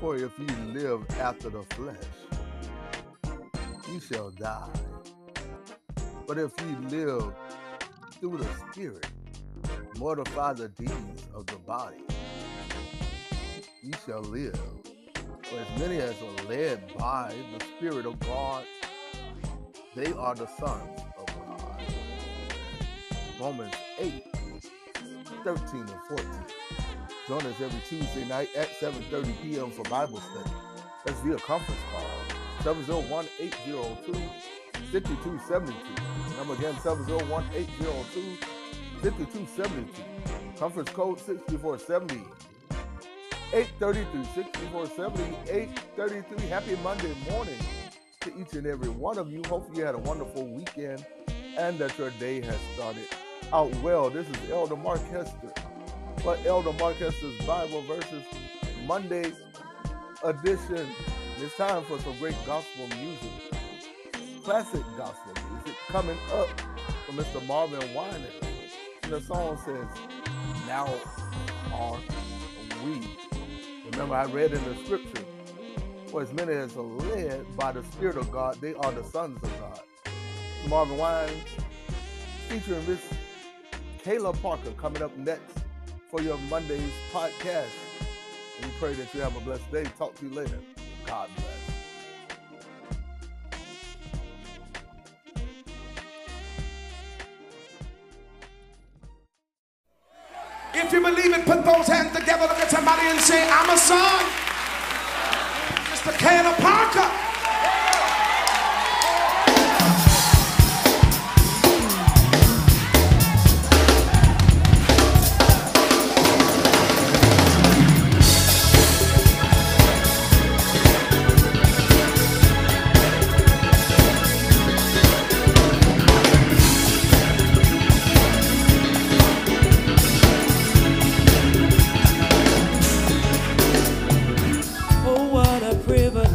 For if ye live after the flesh, ye shall die. But if ye live through the Spirit, mortify the deeds of the body, ye shall live. For as many as are led by the Spirit of God, they are the sons of God. Romans 8, 13 and 14. Join us every Tuesday night at 7.30 p.m. for Bible study. That's via conference call. 701-802-5272. Number again, 701-802-5272. Conference code 6470. 8.30 through 6470. 8.33. Happy Monday morning to each and every one of you. Hopefully you had a wonderful weekend and that your day has started out well. This is Elder Mark Hester for Elder Mark Hester's Bible Verses Monday edition. It's time for some great gospel music, classic gospel music coming up from Mr. Marvin Winans. And the song says, Now Are We. Remember, I read in the scripture, for as many as are led by the Spirit of God, they are the sons of God. Marvin Winans featuring Miss Kayla Parker coming up next for your Monday's podcast. We pray that you have a blessed day. Talk to you later. God bless. If you believe it, put those hands together, look at somebody and say, I'm a son. Mr. Caleb Parker. Oh, what a privilege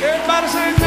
Somebody say,